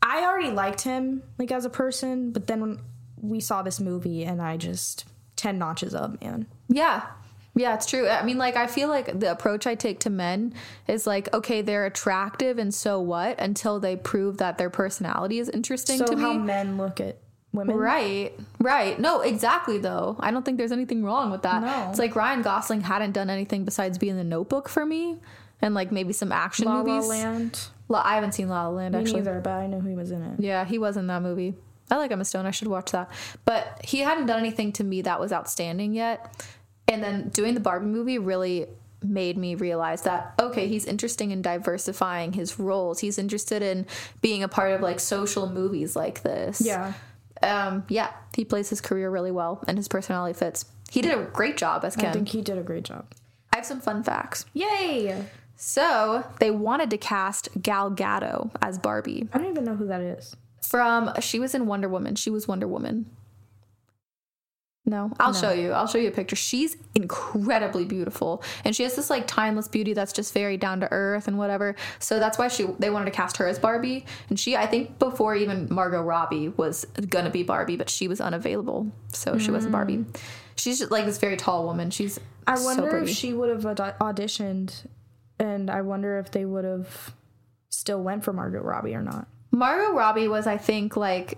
Speaker 3: I already liked him like as a person. But then when we saw this movie, and I just ten notches up, man.
Speaker 2: Yeah. Yeah, it's true. I mean, like, I feel like the approach I take to men is like, okay, they're attractive, and so what? Until they prove that their personality is interesting
Speaker 3: So
Speaker 2: to
Speaker 3: how
Speaker 2: me.
Speaker 3: men look at women,
Speaker 2: Right, right. No, exactly, though. I don't think there's anything wrong with that.
Speaker 3: No.
Speaker 2: It's like Ryan Gosling hadn't done anything besides being the notebook for me and like maybe some action
Speaker 3: La La
Speaker 2: movies.
Speaker 3: Land.
Speaker 2: La- I haven't seen La La Land,
Speaker 3: Me
Speaker 2: actually.
Speaker 3: neither, but I know he was in it.
Speaker 2: Yeah, he was in that movie. I like Emma Stone. I should watch that. But he hadn't done anything to me that was outstanding yet. And then doing the Barbie movie really made me realize that okay, he's interesting in diversifying his roles. He's interested in being a part of like social movies like this.
Speaker 3: Yeah,
Speaker 2: Um, yeah, he plays his career really well and his personality fits. He did a great job as Ken.
Speaker 3: I think he did a great job.
Speaker 2: I have some fun facts.
Speaker 3: Yay!
Speaker 2: So they wanted to cast Gal Gadot as Barbie.
Speaker 3: I don't even know who that is.
Speaker 2: from she was in Wonder Woman. She was Wonder Woman. No, I'll show you. I'll show you a picture. She's incredibly beautiful, and she has this like timeless beauty that's just very down to earth and whatever. So that's why she they wanted to cast her as Barbie, and she I think before even Margot Robbie was gonna be Barbie, but she was unavailable, so she wasn't Barbie. She's just like this very tall woman. She's
Speaker 3: Hmm. I
Speaker 2: so
Speaker 3: wonder if
Speaker 2: pretty.
Speaker 3: she would have aud- auditioned, and I wonder if they would have still went for Margot Robbie or not.
Speaker 2: Margot Robbie was, I think, like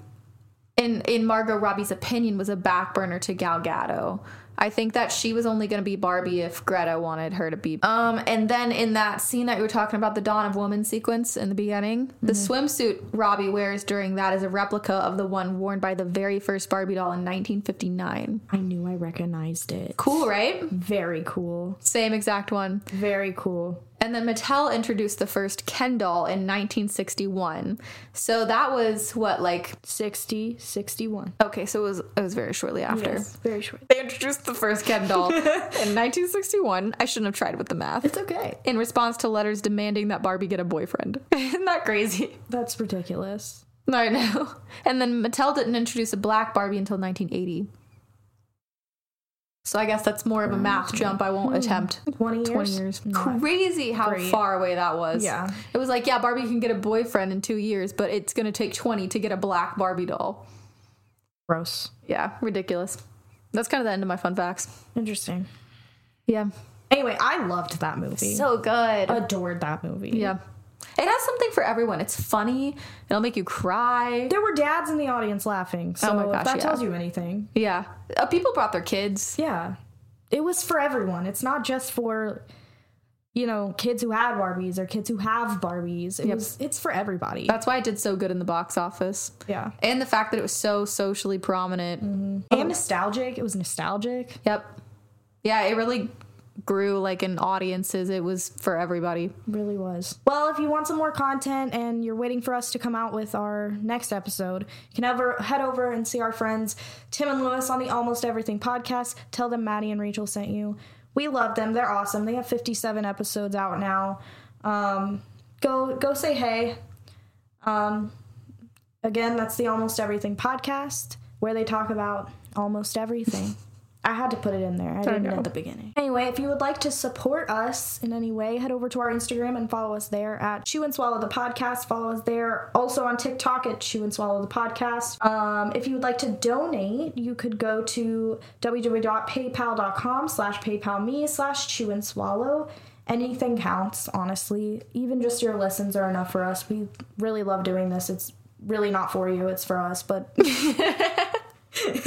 Speaker 2: in in Margot Robbie's opinion, was a back burner to Gal Gadot. I think that she was only going to be Barbie if Greta wanted her to be. Um, and then in that scene that you were talking about, the Dawn of Woman sequence in the beginning, the swimsuit Robbie wears during that is a replica of the one worn by the very first Barbie doll in 1959.
Speaker 3: I knew I recognized it.
Speaker 2: Cool, right?
Speaker 3: Very cool.
Speaker 2: Same exact one.
Speaker 3: Very cool.
Speaker 2: And then Mattel introduced the first Ken doll in 1961. So that was what, like,
Speaker 3: 60, 61.
Speaker 2: okay, so it was it was very shortly after.
Speaker 3: Yes, very short.
Speaker 2: They introduced the first Ken doll in 1961. I shouldn't have tried with the math.
Speaker 3: It's okay.
Speaker 2: in response to letters demanding that Barbie get a boyfriend. Isn't that crazy?
Speaker 3: That's ridiculous.
Speaker 2: I know. And then Mattel didn't introduce a black Barbie until 1980. So I guess that's more of a math jump I won't attempt.
Speaker 3: 20 years? Mm.
Speaker 2: 20 years.
Speaker 3: Not
Speaker 2: Crazy how
Speaker 3: great.
Speaker 2: far away that was.
Speaker 3: Yeah.
Speaker 2: It was like, yeah, Barbie can get a boyfriend in two years, but it's going to take 20 to get a black Barbie doll.
Speaker 3: gross.
Speaker 2: Yeah, ridiculous. That's kind of the end of my fun facts.
Speaker 3: Interesting.
Speaker 2: Yeah.
Speaker 3: Anyway, I loved that movie.
Speaker 2: So good.
Speaker 3: Adored that movie.
Speaker 2: Oh, yeah. It has something for everyone. It's funny, it'll make you cry.
Speaker 3: There were dads in the audience laughing. So
Speaker 2: Oh my
Speaker 3: if
Speaker 2: gosh,
Speaker 3: that
Speaker 2: yeah.
Speaker 3: tells you anything.
Speaker 2: Yeah. Uh, people brought their kids.
Speaker 3: Yeah. It was for everyone. It's not just for you know, kids who had Barbies or kids who have Barbies. It was it's for everybody.
Speaker 2: That's why it did so good in the box office.
Speaker 3: yeah.
Speaker 2: And the fact that it was so socially prominent.
Speaker 3: And nostalgic. It was nostalgic.
Speaker 2: Yep. Yeah, it really grew like in audiences. It was for everybody.
Speaker 3: really was. Well, if you want some more content and you're waiting for us to come out with our next episode, you can ever head over and see our friends Tim and Lewis on the Almost Everything podcast. Tell them Maddie and Rachel sent you. We love them. They're awesome. They have 57 episodes out now. Um, go go say hey. Um, again, that's the Almost Everything podcast where they talk about almost everything. I had to put it in there. I didn't
Speaker 2: know.
Speaker 3: at the beginning. Anyway, if you would like to support us in any way, head over to our Instagram and follow us there at Chew and Swallow the Podcast. Follow us there also on TikTok at Chew and Swallow the Podcast. Um, if you would like to donate, you could go to www.paypal.com slash paypal me slash chew and swallow. Anything counts, honestly. Even just your listens are enough for us. We really love doing this. It's really not for you, it's for us, but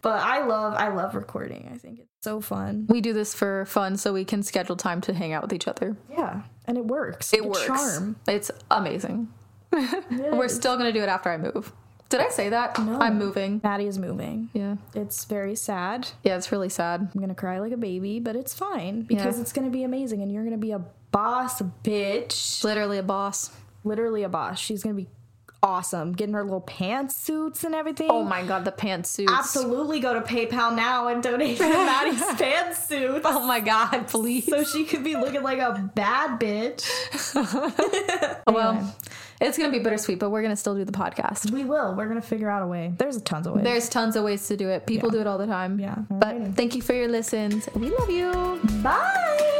Speaker 3: but I love I love recording. I think it's so fun.
Speaker 2: We do this for fun so we can schedule time to hang out with each other.
Speaker 3: Yeah, and it works.
Speaker 2: It
Speaker 3: It's
Speaker 2: works.
Speaker 3: Charm.
Speaker 2: It's amazing. We're still going to do it after I move. Did I say that?
Speaker 3: No.
Speaker 2: I'm moving.
Speaker 3: Maddie is moving.
Speaker 2: Yeah.
Speaker 3: It's very sad.
Speaker 2: Yeah, it's really sad.
Speaker 3: I'm gonna cry like a baby, but it's fine because
Speaker 2: Yeah.
Speaker 3: it's gonna be amazing, and you're gonna be a boss bitch.
Speaker 2: Literally a boss.
Speaker 3: Literally a boss. She's gonna be awesome, getting her little pantsuits and everything.
Speaker 2: Oh my god, the pantsuits.
Speaker 3: Absolutely, go to PayPal now and donate to Maddie's pantsuits
Speaker 2: Oh my god, please.
Speaker 3: so she could be looking like a bad bitch.
Speaker 2: Well, it's going to be bittersweet, but we're going to still do the podcast.
Speaker 3: We will. We're gonna figure out a way. There's tons of ways.
Speaker 2: There's tons of ways to do it. People do it all the time.
Speaker 3: Yeah.
Speaker 2: But thank you for your listens. We love you.
Speaker 3: Bye.